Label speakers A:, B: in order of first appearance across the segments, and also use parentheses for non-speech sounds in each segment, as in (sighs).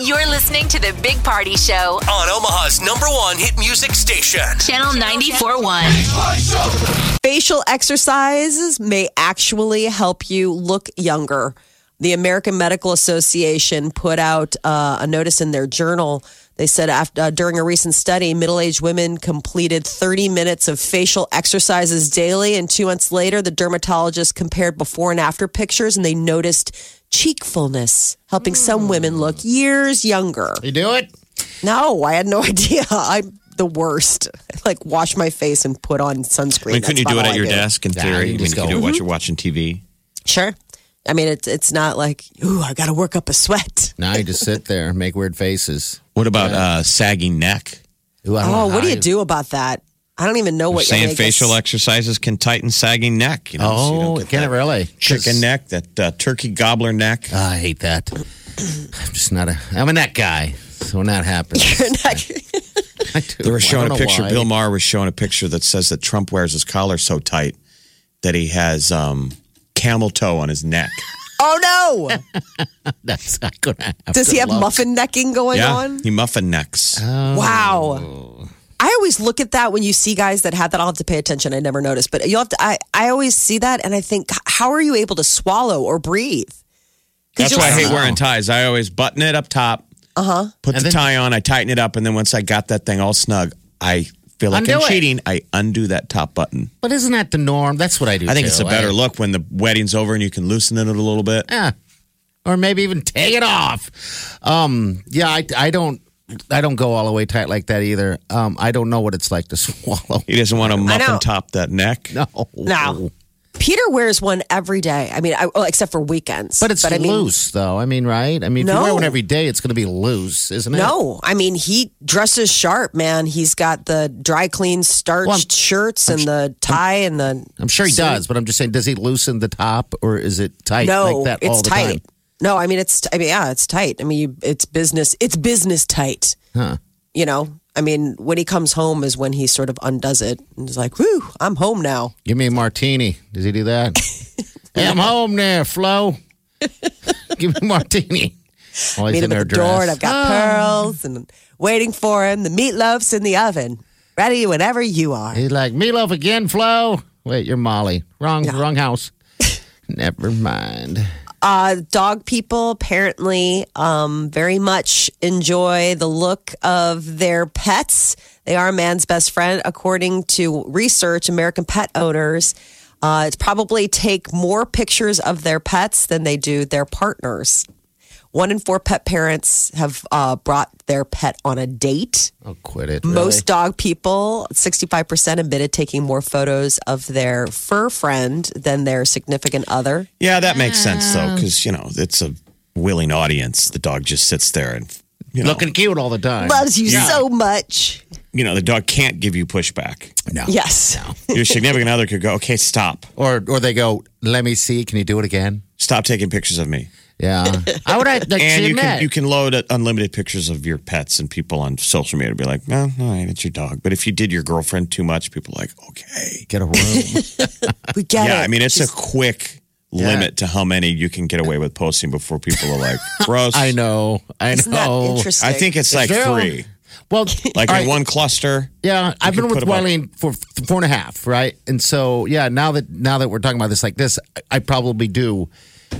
A: You're listening to the Big Party Show,
B: on Omaha's number one hit music station.
A: Channel 94.1.
C: Facial exercises may actually help you look younger. The American Medical Association put out uh, a notice in their journal. They said after, uh, during a recent study, middle aged women completed 30 minutes of facial exercises daily. And two months later, the dermatologist compared before and after pictures and they noticed cheek fullness, helping some women look years younger.
D: You do it?
C: No, I had no (laughs) idea. I'm the worst. I, like wash my face and put on sunscreen.
E: I mean, couldn't
C: That's
E: you do it
C: about all
E: at
C: I
E: your desk in
D: Yeah,
E: theory? I
D: you
E: mean, you
D: just
E: could do
D: go,
E: it while you're watching TV.
C: Sure. I mean, it's it's not like ooh, I got to work up a sweat.
D: Now you just sit there, and make weird faces.
E: What about uh, sagging neck?
D: Ooh, I don't
C: Oh,
D: know
C: what do
D: how
C: you do about that? I don't even know
E: They're
C: what
E: saying
C: your
E: facial
C: (laughs) makeup-
E: exercises can tighten sagging neck. You know, so you don't
D: Oh,
E: get
D: can it
E: that
D: really?
E: Chicken
D: 'Cause-
E: neck, that uh, turkey gobbler neck.
D: I hate that. I'm just not a. I'm a neck guy. So when that happens,
C: (laughs)
D: I do.
E: They were showing a
D: I don't know
E: picture.
D: why.
E: Bill Maher was showing a picture that says that Trump wears his collar so tight that he has um, camel toe on his neck.
C: Oh no!
D: That's not gonna happen.
C: Does he have muffin necking going
E: yeah, Ah.
C: on?
E: he muffin necks.
C: Wow. I always look at that when you see guys that have that. I'll have to pay attention. I never noticed, but you'll have to. I I always see that, and I think, how are you able to swallow or breathe? 'Cause
E: That's
C: you'll
E: why I
C: see-
E: hate wearing ties. I always button it up top, uh huh, put
D: And
E: the
D: then-
E: tie on, I tighten it up, and then once I got that thing all snug, I feel like
D: Undo
E: I'm
D: it.
E: cheating. I undo that top button.
D: But isn't that the norm? That's what I do.
E: I think it's a
D: too. eh?
E: better
D: I-
E: look when the wedding's over and you can loosen it a little bit.
D: Yeah. Or maybe even take it off. Um, yeah, I, I don't. I don't go all the way tight like that either. Um, I don't know what it's like to (laughs) swallow.
E: He doesn't want to
C: know.
E: muffin top that neck.
D: No,
C: No. Peter wears one every day. I mean, I, well, except for weekends.
D: But it's
C: I mean,
D: loose, though. I mean, right? I mean, if you wear
C: No.
D: one every day, it's going to be loose, isn't it?
C: No, I mean he dresses sharp, man. He's got the dry clean starched
D: Well, I'm-
C: shirts and the tie and the.
D: I'm sure he does, but I'm just saying, does he loosen the top or is it tight
C: No,
D: like that
C: it's
D: all the
C: tight.
D: time?
C: No, I mean it's. I mean, yeah, it's tight. I mean, you, it's business. It's business tight.
D: Huh.
C: You know, I mean, when he comes home is when he sort of undoes it and is like, "Whew, I'm home now."
D: Give me a martini. Does he do
C: (laughs)
D: that? hey, I'm home there, Flo. (laughs) Give me a martini. While he's
C: Meet
D: in
C: him
D: their
C: at the door, and I've
D: dress. Ah.
C: got pearls and waiting for him. The meatloaf's in the oven, ready whenever you are.
D: He's like, Meatloaf again, Flo. Wait, you're Molly. Wrong,
C: Yeah.
D: wrong house. Never mind.
C: Uh, dog people apparently um, very much enjoy the look of their pets. They are man's best friend, according to research. American pet owners uh, probably take more pictures of their pets than they do their partners. One in four pet parents have uh, brought their pet on a date.
D: I'll quit it.
C: Most dog people, 65% admitted taking more photos of their fur friend than their significant other.
E: Yeah, that makes sense though, because you know it's a willing audience. The dog just sits there and you know,
D: Looking cute all the time.
C: Loves you so much.
E: you know the dog can't give you pushback.
D: No.
C: Yes.
E: Your significant other could go, "Okay, stop,
D: Or, or they go, let me see. Can you do it again?
E: stop taking pictures of me."
C: (laughs)
D: Yeah. I would like
E: And you can you can load unlimited pictures of your pets and people on social media to be like, "No, all right, it's your dog." But if you did your girlfriend too much, people are like, "Okay."
D: get a room.
C: We get it.
E: Yeah, I mean it's
C: She's-
E: a quick limit to how many you can get away with posting before people are
D: (laughs)
E: like, "Gross."
D: I know. I
C: Isn't that
D: know.
C: interesting?
E: I think it's, like
D: very-
E: three,
D: Well,
E: like
D: all
E: in
D: right,
E: one cluster.
D: Yeah, I've
E: can
D: been with
E: put 'em up.
D: Wileen for th- four and a half, right? And so, yeah, now that now that we're talking about this like this, I I probably do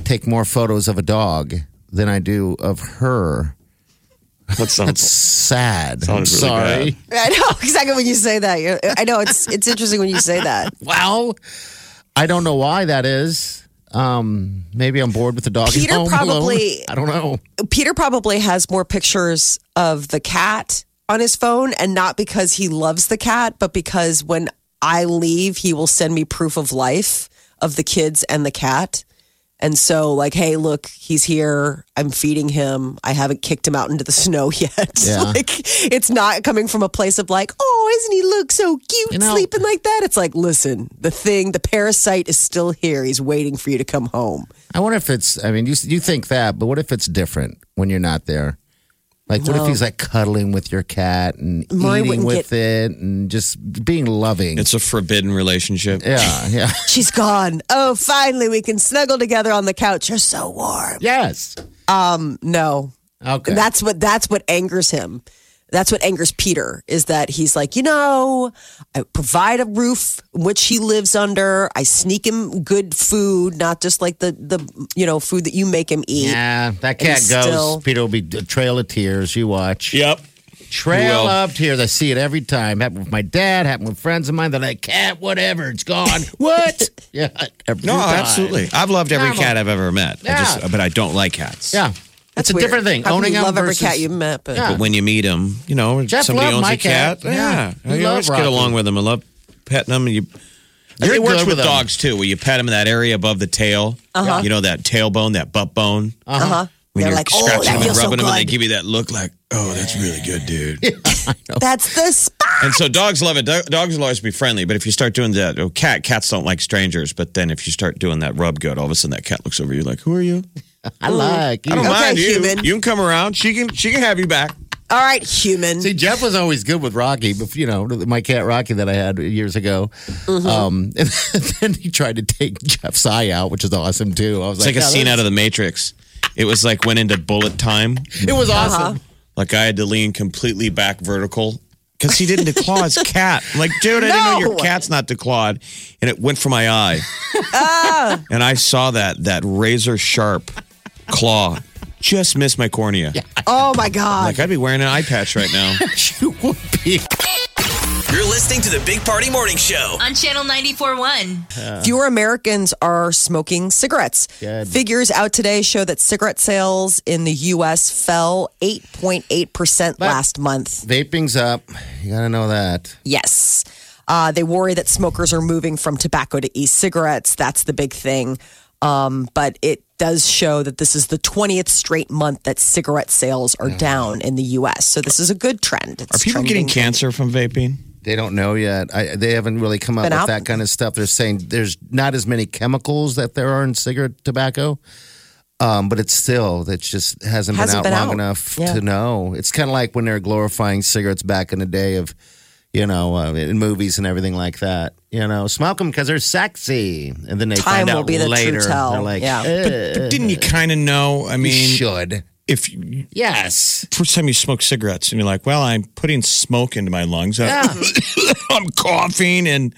D: take more photos of a dog than I do of her.
E: That (laughs) sounds
D: Sad. I'm
E: Sounds really
D: sorry.
E: bad.
C: I know (laughs) exactly when you say that. You're- I know it's it's interesting when you say that.
D: Well, I don't know why that is. Um, maybe I'm bored with the dog. at
C: Peter
D: home
C: probably-
D: alone. I don't know.
C: Peter probably has more pictures of the cat on his phone, and not because he loves the cat, but because when I leave, he will send me proof of life of the kids and the cat. And so, like, hey, look, he's here. I'm feeding him. I haven't kicked him out into the (laughs) snow yet.
D: Yeah.
C: (laughs) like, it's not coming from a place of like, oh, isn't he look so cute
D: You know-
C: sleeping like that? It's like, listen, the thing, the parasite is still here. He's waiting for you to come home.
D: I wonder if it's. I mean, you you think that, but what if it's different when you're not there? Like, what if he's like cuddling with your cat and
C: Maury
D: eating
C: wouldn't
D: with it and just being loving?
E: It's a forbidden relationship.
D: yeah,
C: (laughs)
D: yeah,
C: She's gone. Oh, finally, we can snuggle together on the couch. You're so warm.
D: yes.
C: No,
D: Okay.
C: that's what that's what angers him. That's what angers Peter is that he's like, you know, I provide a roof which he lives under. I sneak him good food, not just like the the you know food that you make him eat.
D: yeah, that cat
C: he's
D: goes.
C: still-
D: Peter will be a trail of tears. You watch.
E: Yep.
D: Trail
E: Well-
D: up tears. I see it every time. Happened with my dad. Happened with friends of mine. They're like, cat, whatever,
C: (laughs)
D: it's gone. what? Yeah. every
E: No,
D: time.
E: absolutely. I've loved every
D: Normal.
E: cat I've ever met. I
D: Yeah.
E: just, but I don't like cats.
D: Yeah. That's it's a
C: weird.
D: different thing.
C: How can
D: Owning
C: you
D: them
C: love
D: versus,
C: every cat you met, but
D: Yeah.
E: But when you meet them, you know,
D: Jeff
E: somebody
D: loved
E: owns
D: my
E: a cat.
D: cat. Yeah. He
E: You
D: loved
E: always get
D: Rocky.
E: along with them. I love petting them. And you,
D: I
E: it
D: did
E: works
D: good
E: with
D: with 'em.
E: dogs too, where you pet them in that area above the tail. Uh-huh. You know, that tailbone, that butt bone.
D: Uh-huh.
C: Uh
D: (laughs)
C: huh.
E: When
C: They're
E: you're
C: like, oh,
E: scratching
C: that
E: them and
C: feels so
E: rubbing them, and they
C: good.
E: give you that look like, oh, that's really good,
D: (laughs)
E: dude.
C: That's the spot.
E: and so dogs love it. Do- Dogs will always be friendly. But if you start doing that, oh, cat, cats don't like strangers. But then if you start doing that rub good, all of a sudden that cat looks over you like, who are you?
D: I like.
E: I don't
C: (laughs)
D: you.
C: Okay,
E: mind you.
C: human.
E: You can come around. She can she can have you back.
C: All right, human.
D: See, Jeff was always good with Rocky, but you know, my cat Rocky that I had years ago. Um, (laughs) and then he tried to take Jeff's eye out, which is awesome too. I was
E: It's like,
D: like,
E: a scene out of The Matrix. It was like went into bullet time.
D: it was
C: Uh-huh.
D: awesome.
E: Like I had to lean completely back vertical because he didn't declaw his cat. I'm like, dude, I didn't know your
C: No.
E: cat's not declawed, and it went for
D: (laughs)
E: my eye, and I saw that that razor sharp claw just missed my cornea.
C: oh my god.
E: Like I'd be wearing an eye patch right
D: (laughs)
E: now.
D: You would be.
B: You're listening to the Big Party Morning Show.
A: on Channel 94.1.
C: Uh-huh. Fewer Americans are smoking cigarettes.
D: Good.
C: Figures out today show that cigarette sales in the U.S. fell 8.8% last month.
D: Vaping's up. You gotta know that.
C: Yes. Uh, they worry that smokers are moving from tobacco to e cigarettes. That's the big thing. Um, but it does show that this is the 20th straight month that cigarette sales are down in the U.S. So this is a good trend.
E: Mm. Are people getting cancer from vaping?
D: They don't know yet. I, they haven't really come up
C: Been
D: with
C: out-
D: that kind of stuff. They're saying there's not as many chemicals that there are in cigarette tobacco, um, but it's still it just hasn't,
C: Hasn't
D: been
C: been
D: out long
C: out.
D: enough
C: Yeah.
D: to know. It's kind of like when they're glorifying cigarettes back in the day of, you know, uh, in movies and everything like that. You know, smoke them because they're sexy, and then they
C: Time
D: find
C: will
D: out
C: be the true
D: later.
C: tell.
D: They're like,
C: Yeah.
D: "Eh,
E: But didn't you kind of know? I
D: you
E: mean,
D: should.
E: if you-
D: Yes.
E: first time you smoke cigarettes and you're like, well, I'm putting smoke into my lungs. Uh, (laughs) I'm coughing. And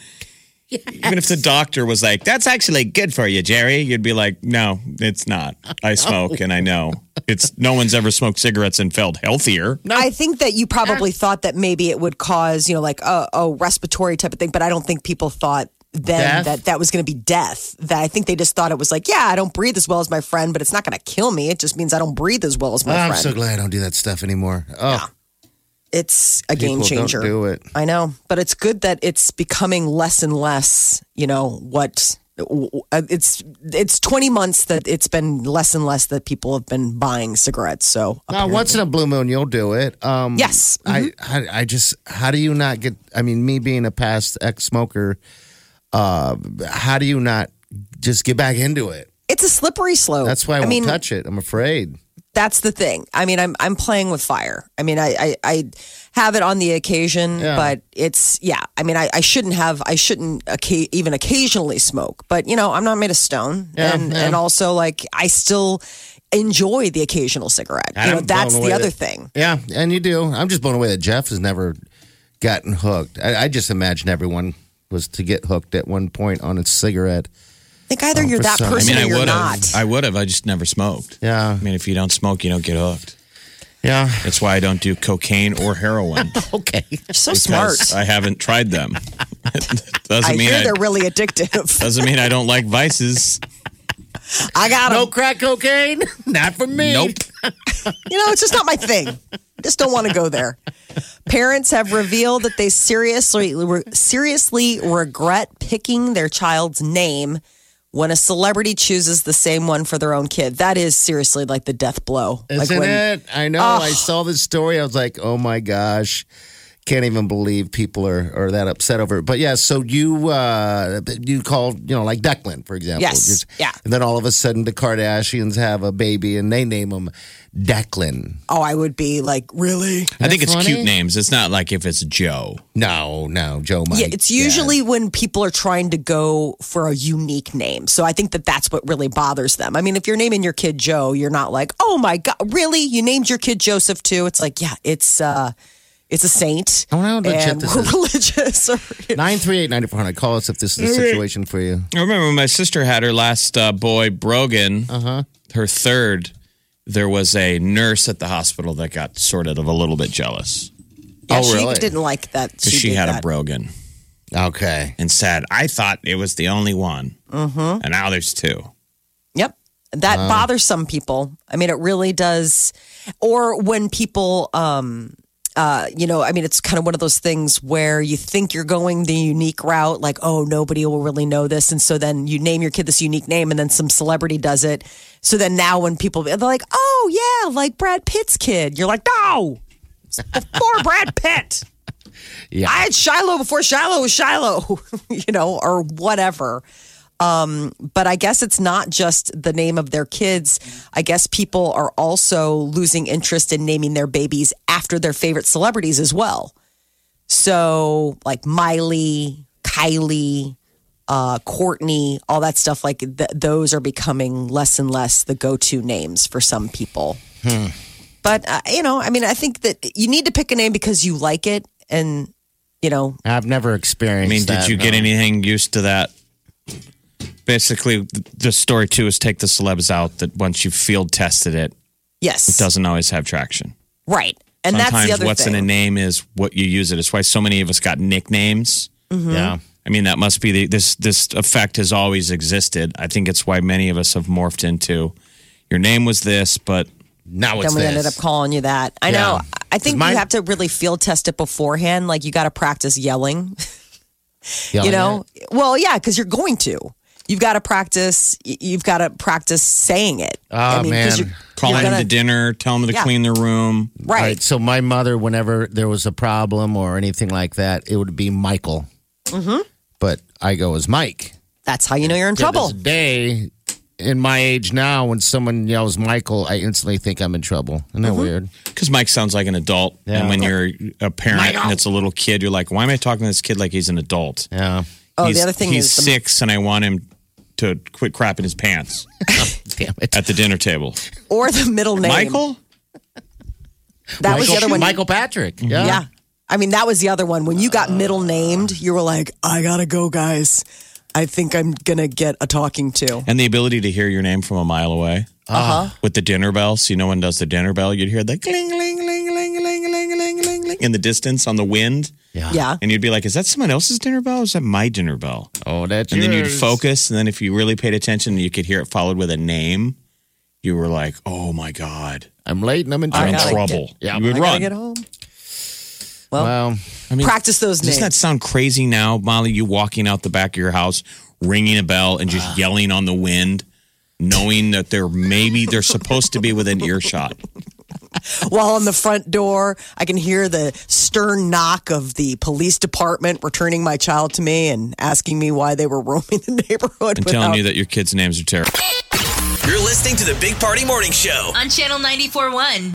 E: even if the doctor was like, that's actually good for you, Jerry, you'd be like, no, it's not. I smoke and I know. It's no one's ever smoked cigarettes and felt healthier.
C: I think that you probably thought that maybe it would cause, you know, like a, a respiratory type of thing, but I don't think people thought then
D: Death?
C: that that was going to be death. That I think they just thought it was like, yeah, I don't breathe as well as my friend, but it's not going to kill me. It just means I don't breathe as well as my
D: Oh, I'm
C: friend.
D: so glad I don't do that stuff anymore. Oh,
C: it's a game
D: people
C: changer.
D: don't do it.
C: I know, but it's good that it's becoming less and less, you know, what uh, it's it's 20 months that it's been less and less that people have been buying cigarettes. So
D: Now, once in a blue moon, you'll do it. Um,
C: Yes.
D: I, I, I just, how do you not get? I mean, me being a past ex smoker, uh, how do you not just get back into it?
C: it's a slippery slope.
D: That's why I,
C: I
D: won't
C: mean,
D: touch it. I'm afraid.
C: that's the thing. I mean, I'm I'm playing with fire. I mean, I I, I have it on the occasion,
D: Yeah.
C: but it's yeah. I mean, I, I shouldn't have. I shouldn't occa- even occasionally smoke. But you know, I'm not made of stone,
D: Yeah,
C: and
D: yeah.
C: and also like I still enjoy the occasional cigarette.
D: And
C: you know,
D: I'm blown
C: that's the
D: away
C: other
D: that-
C: thing.
D: Yeah, and you do. I'm just blown away that Jeff has never gotten hooked. I, I just imagine everyone was to get hooked at one point on a cigarette.
C: I think either you're
D: Oh, for
C: that
D: some- I
E: I
C: person
E: mean, I
C: or you're
E: would
C: not.
E: have. I would have. I just never smoked.
D: Yeah.
E: I mean, if you don't smoke, you don't get hooked.
D: Yeah.
E: That's why I don't do cocaine
C: (laughs)
E: or heroin.
D: (laughs) Okay.
C: You're so smart.
E: 'cause I haven't tried them. (laughs) doesn't
C: I
E: mean
C: hear
E: I,
C: they're really addictive. (laughs)
E: doesn't mean I don't like vices.
C: I got 'em.
D: No crack cocaine? (laughs) Not for me.
E: Nope.
C: You know, it's just not my thing. I just don't want to go there. Parents have revealed that they seriously re- seriously regret picking their child's name when a celebrity chooses the same one for their own kid. That is seriously like the death blow. like
D: Isn't
C: when,
D: it? I know. I saw this story. I was like, oh my gosh. Can't even believe people are, are that upset over it. But yeah, so you uh, you called, you know, like Declan, for example.
C: Yes. Yeah.
D: And then all of a sudden the Kardashians have a baby and they name him Declan.
C: Oh, I would be like, really?
E: I think it's
D: That's
E: cute
D: funny.
E: names. It's not like if it's Joe.
D: No, no, Joe Mike.
C: Yeah, it's usually when people are trying to go for a unique name. So I think that that's what really bothers them. I mean, if you're naming your kid Joe, you're not like, "Oh my god, really? You named your kid Joseph too?" It's like, yeah, it's uh it's a saint.
D: I wonder how legit
C: and
D: this
C: we're (laughs)
D: is. (laughs)
C: religious. Or,
D: 938 9400. Call us if this is a
C: Mm-hmm.
D: situation for you.
E: I remember when my sister had her last uh, boy, Brogan, her third, there was a nurse at the hospital that got sort of a little bit jealous
C: yeah,
D: Oh,
C: she
D: really?
C: didn't like that. She,
E: because she,
C: did
E: had
C: that.
E: a Brogan
D: Okay.
E: and said, I thought it was the only one. And now there's two.
C: Yep. That bothers some people. I mean, it really does. Or when people, um, uh, you know, I mean, it's kind of one of those things where you think you're going the unique route, like, oh, nobody will really know this. And so then you name your kid this unique name, and then some celebrity does it. So then now when people, they're like, oh, yeah, like Brad Pitt's kid. You're like, no, it's before Brad Pitt.
D: Yeah.
C: I had Shiloh before Shiloh was Shiloh, (laughs) you know, or whatever. Um, but I guess it's not just the name of their kids. I guess people are also losing interest in naming their babies after their favorite celebrities as well. So, like Miley, Kylie, uh, Courtney, all that stuff, like th- those are becoming less and less the go to names for some people.
E: Hmm.
C: But, uh, you know, I mean, I think that you need to pick a name because you like it and, you know,
D: I've never experienced
E: I mean, did
D: that,
E: you get
D: no.
E: anything used to that? Basically, th- the story too is take the celebs out that once you field tested it,
C: yes.
E: it doesn't always have traction.
C: Right. And
E: Sometimes
C: that's the other
E: what's
C: thing.
E: in a name is what you use it. It's why so many of us got nicknames.
C: Mm-hmm.
D: Yeah.
E: I mean, that must be the, this. This effect has always existed. I think it's why many of us have morphed into. Your name was this, but
D: Now it's
C: then we
D: this.
C: ended up calling you that. I
D: Yeah.
C: know. I think
D: Mine-
C: you have to really field test it beforehand. Like you got to practice yelling, you
D: Yelling
C: know?
D: it.
C: Well, yeah, because you're going to. You've got to practice. y- You've got to practice saying it.
D: Ah,
C: 'cause
D: man.
C: you're-
E: calling
C: you're
E: them
C: gonna-
E: to dinner, telling them to
C: Yeah.
E: clean their room.
D: All
C: right.
D: So my mother, whenever there was a problem or anything like that, it would be Michael. Mm-hmm. But I go as Mike.
C: That's how you know you're in
D: To
C: trouble.
D: this day, in my age now, when someone yells Michael, I instantly think I'm in trouble. Isn't
C: Mm-hmm.
D: that weird?
E: Because Mike sounds like an adult,
D: Yeah.
E: and when you're a parent and it's a little kid, you're like, "Why am I talking to this kid like he's an adult?"
D: Yeah.
C: Oh,
E: he's,
C: the other thing
E: he's
C: is the-
E: six, and I want him to quit crapping his pants
D: Damn it.
E: at the dinner table.
C: or the middle name.
E: Michael,
C: That
D: Michael,
C: was the other one. Mm-hmm.
D: Michael Patrick. Yeah.
C: Yeah. I mean, that was the other one. When you
D: Ah.
C: got middle named, you were like, I got to go, guys. I think I'm going to get a talking to.
E: and the ability to hear your name from a mile away.
C: Uh-huh.
E: Uh huh. With the dinner bell, so no one does the dinner bell. You'd hear the cling, ling, ling, ling, ling, ling, ling, ling, ling in the distance on the wind,
C: Yeah.
E: and you'd be like, "Is that someone else's dinner bell? Or is that my dinner bell?"
D: Oh, that's
E: And then you'd
D: yours.
E: focus, and then if you really paid attention, you could hear it followed with a name. You were like, "Oh my god,
D: I'm late and I'm in trouble.
E: I'm in
C: gotta
E: trouble!"
D: Yeah.
E: you would
C: I got to
E: run.
C: get home.
D: Well,
E: I mean,
C: Practice those names.
E: Doesn't that sound crazy now, Molly? You walking out the back of your house, ringing a bell, and
C: (sighs)
E: just yelling on the wind, knowing that they're maybe they're supposed to be within earshot.
C: While on the front door, I can hear the stern knock of the police department returning my child to me and asking me why they were (laughs) roaming the neighborhood.
E: and telling you that your kids' names are terrible.
B: You're listening to the Big Party Morning Show.
A: On Channel 94.1.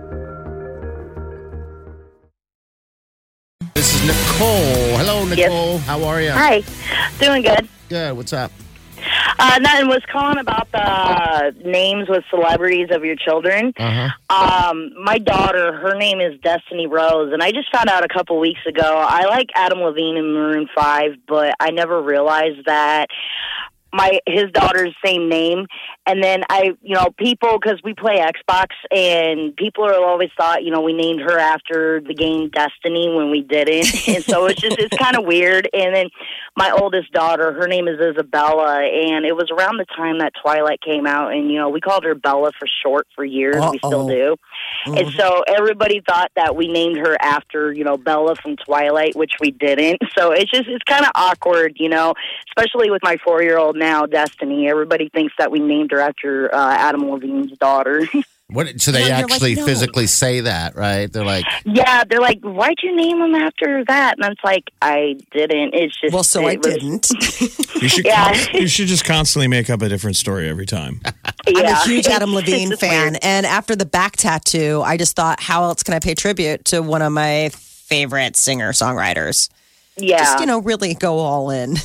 D: This is Nicole. Hello, Nicole. How are you?
F: Hi, doing good.
D: Good. What's up?
F: Uh, nothing was calling about the names with celebrities of your children.
D: Uh huh.
F: Um, my daughter, her name is Destiny Rose, and I just found out a couple weeks ago. I like Adam Levine and Maroon Five, but I never realized that my his daughter's same name. And then I, you know, people because we play Xbox, and people are always thought, you know, we named her after the game Destiny when we didn't, (laughs) and so it's just it's kind of weird. And then my oldest daughter, her name is Isabella, and it was around the time that Twilight came out, and you know, we called her Bella for short for years. We
C: Uh-oh.
F: still do. And so everybody thought that we named her after, you know, Bella from Twilight, which we didn't. So it's just, it's kind of awkward, you know, especially with my four year old now, Destiny. Everybody thinks that we named her after uh, Adam Levine's daughter.
D: What? So they
C: Yeah, you're like,
D: actually
C: no.
D: physically say that, right? They're like,
F: yeah, they're like, why'd you name him after that? And it's like, I didn't. It's just.
C: Well, so
F: it
C: I
F: was-
C: didn't.
F: (laughs)
E: You
C: (laughs)
E: should
F: Yeah.
E: con- you should just constantly make up a different story every time.
F: Yeah.
C: I'm a huge Adam Levine
F: (laughs) It's weird.
C: fan. And after the back tattoo, I just thought, how else can I pay tribute to one of my favorite singer songwriters?
F: Yeah.
C: Just, you know, really go all in.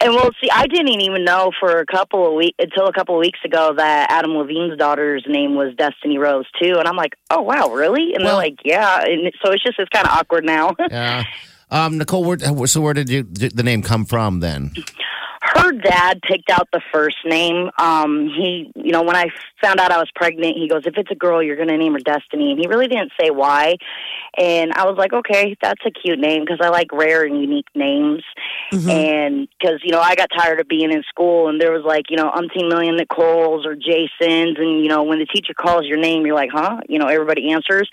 F: And well, see, I didn't even know for a couple of weeks until a couple of weeks ago that Adam Levine's daughter's name was Destiny Rose too. And I'm like, oh wow, really? And
D: Well-
F: they're like, yeah. And so it's just it's kind of awkward now. (laughs)
D: yeah. Um, Nicole, where, so where did you did the name come from then?
F: Her dad picked out the first name. Um, he, you know, when I found out I was pregnant, he goes, if it's a girl, you're going to name her Destiny. And he really didn't say why. And I was like, okay, that's a cute name because I like rare and unique names.
D: Mm-hmm.
F: And because, you know, I got tired of being in school and there was like, you know, umpteen million Nicoles or Jasons. And, you know, when the teacher calls your name, you're like, huh? You know, everybody answers.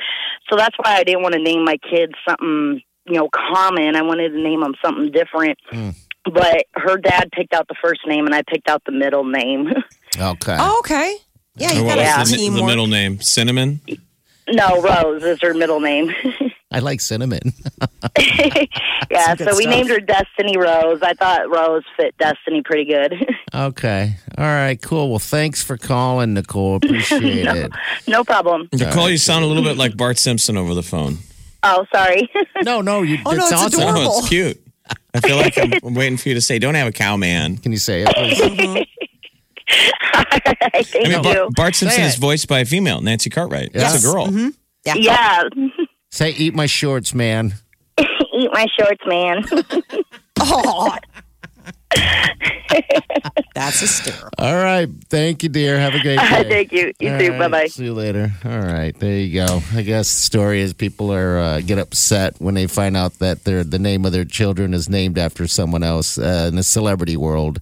F: So that's why I didn't want to name my kids something, you know, common. I wanted to name them something different.
D: Mm.
F: But her dad picked out the first name and I picked out the middle name. (laughs)
D: Okay.
C: (laughs) Oh, okay. Yeah, you
E: what
C: got
F: Yeah.
C: a
E: was the, the
C: teamwork.
E: middle name? Cinnamon.
F: no, Rose is her middle name.
D: I like cinnamon. (laughs)
F: yeah,
C: Some good
F: so we
C: stuff.
F: named her Destiny Rose. I thought Rose fit Destiny pretty good.
D: okay. All right. Cool. Well, thanks for calling, Nicole. Appreciate
F: (laughs)
D: it.
F: no problem.
E: Nicole, you sound a little bit like Bart Simpson over the phone. (laughs)
F: Oh, sorry.
D: No, no. You,
C: Oh, no, it's
D: awesome.
E: Oh,
C: adorable.
E: it's cute. I feel like I'm, I'm (laughs) waiting for you to say, "Don't have a cow, man."
D: Can you say it? please?
F: I think
E: I mean,
F: you.
E: Bart, Bart Simpson
D: Say
E: is
D: it.
E: voiced by a female, Nancy Cartwright. That's
C: Yes.
E: a girl.
F: Yeah,
D: say, eat my shorts, man.
F: eat my shorts, man. (laughs)
C: Oh.
F: (laughs)
C: (laughs) That's hysterical.
D: All right. Thank you, dear. Have a great day.
F: Thank you. You
D: All
F: too.
D: right,
F: Bye bye.
D: See you later. All right, there you go. I guess the story is people are uh, get upset when they find out that their the name of their children is named after someone else uh, in the celebrity world.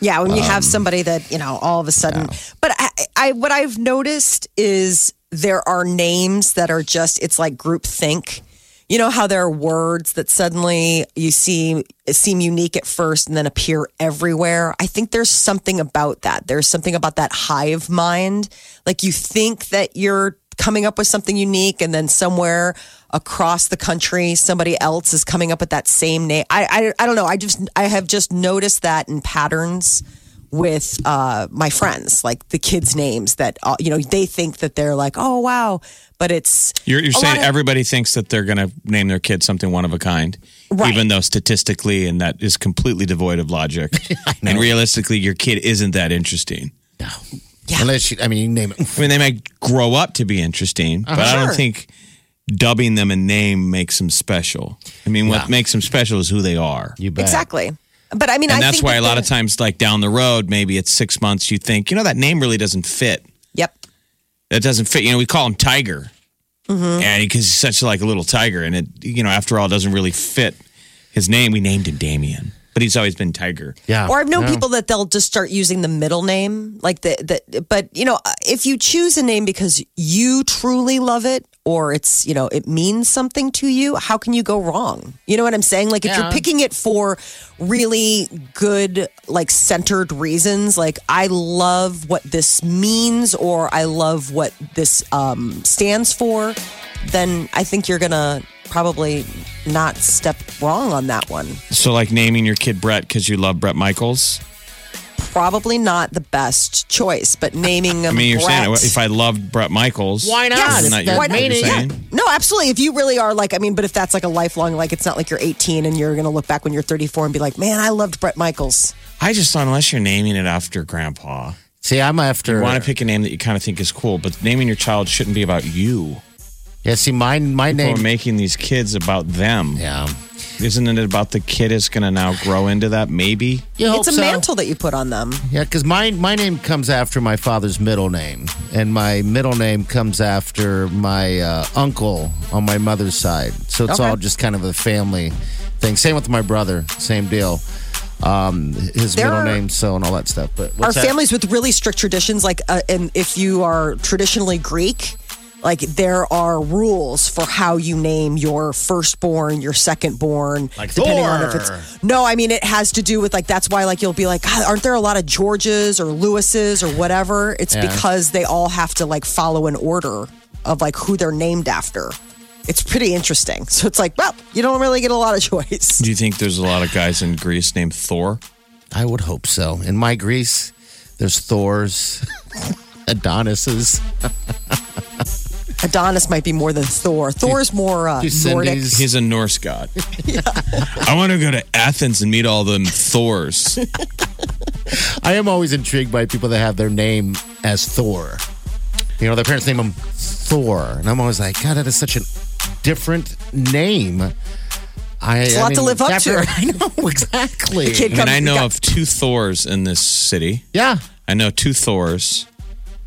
C: Yeah, when you have somebody that you know all of a sudden. But I, I, what I've noticed is there are names that are just it's like group think. You know how there are words that suddenly you see seem unique at first and then appear everywhere. I think there's something about that. There's something about that hive mind. Like you think that you're coming up with something unique and then somewhere across the country somebody else is coming up with that same name I, I i don't know i just i have just noticed that in patterns with uh my friends like the kids names that uh, you know they think that they're like oh wow but it's
E: You're, you're
C: A
E: saying
C: lot of-
E: everybody thinks that they're going to name their kid something one of a kind,
C: Right.
E: even though statistically, and that is completely devoid of
D: (laughs)
E: logic. and realistically, your kid isn't that interesting.
C: Yeah.
D: Unless you, I mean, you name
C: (laughs)
D: it.
E: I mean, they might grow up to be interesting, but I
C: Sure.
E: don't think dubbing them a name makes them special. I mean, what makes them special is who they are.
D: You bet.
C: exactly but i mean
E: and
C: I
E: that's
C: think
E: why
C: that
E: a lot
C: the-
E: of times, like down the road, maybe it's six months, you think, you know, that name really doesn't fit.
C: yep
E: that doesn't fit. You know, we call him Tiger,
C: Mm-hmm.
E: and because he's such like a little tiger, and it you know after all it doesn't really fit his name. We named him Damien, but he's always been Tiger.
D: Yeah.
C: Or I've known
D: No.
C: people that they'll just start using the middle name, like the the. But you know, if you choose a name because you truly love it, or it's you know it means something to you, how can you go wrong? You know what I'm saying? Like if you're picking it for really good, like centered reasons, like I love what this means, or I love what this um, stands for, then I think you're gonna probably not step wrong on that one.
E: So like naming your kid Brett because you love Brett Michaels.
C: probably not the best choice, but naming them.
E: I mean, you're saying
C: Brett-
E: if I loved Brett Michaels,
C: Why not?
E: Isn't that your,
C: Why not?
E: what you're
C: Yeah.
E: saying?
C: No, absolutely. If you really are like, I mean, but if that's like a lifelong, like it's not like you're 18 and you're going to look back when you're 34 and be like, man, I loved Brett Michaels.
E: I just thought unless you're naming it after grandpa.
D: See, I'm after.
E: You want to pick a name that you kind of think is cool, but naming your child shouldn't be about you.
D: Yeah, see, my my
E: People
D: name-
E: are making these kids about them.
D: Yeah,
E: isn't it about the kid is going to now grow into that? Maybe
C: it's a mantle that you put on them.
D: Yeah, because my my name comes after my father's middle name, and my middle name comes after my uh, uncle on my mother's side. So it's
C: Okay.
D: all just kind of a family thing. Same with my brother, same deal. Um, his
C: There
D: middle
C: are-
D: name, so and all that stuff. But what's
C: Our
D: that?
C: families with really strict traditions, like, uh, and if you are traditionally Greek, like there are rules for how you name your firstborn, your secondborn,
D: Like
C: depending on
D: Thor.
C: if it's. No, I mean it has to do with like that's why like you'll be like, God, aren't there a lot of Georges or Lewises or whatever? It's
D: Yeah.
C: because they all have to like follow an order of like who they're named after. It's pretty interesting. So it's like, well, you don't really get a lot of (laughs) choice.
E: Do you think there's a lot of guys in Greece named Thor?
D: I would hope so. In my Greece, there's Thor's, (laughs) Adonis's.
C: Adonis might be more than Thor. Thor's more uh, Nordic.
E: He's a Norse god. I want to go to Athens and meet all them Thors.
D: I am always intrigued by people that have their name as Thor. You know, their parents name them Thor, and I'm always like, God, that is such a different name. I,
C: It's a
D: I
C: lot to
D: mean,
C: live up
D: after-
C: to.
D: (laughs) I know exactly.
C: The (laughs) kid
E: I mean,
C: comes-
E: I know
C: got-
E: of two Thors in this city.
D: Yeah,
E: I know two Thors.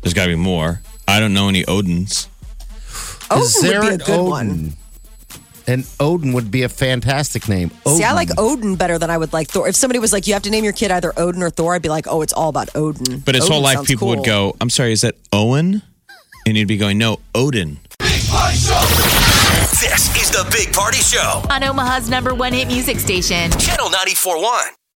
E: There's got to be more. I don't know any Odins.
C: Odin
D: Is there
C: would be a
D: an
C: good one.
D: Odin? And Odin would be a fantastic name. Odin.
C: See, I like Odin better than I would like Thor. If somebody was like, "You have to name your kid either Odin or Thor," I'd be like, "Oh, it's all about Odin."
E: But his
C: Odin
E: whole life,
C: sounds
E: people would
C: cool.
E: go, I'm sorry, is that Owen? And you'd be going, no, Odin.
B: This is the Big Party Show,
A: On Omaha's number one hit music station.
B: Channel 941.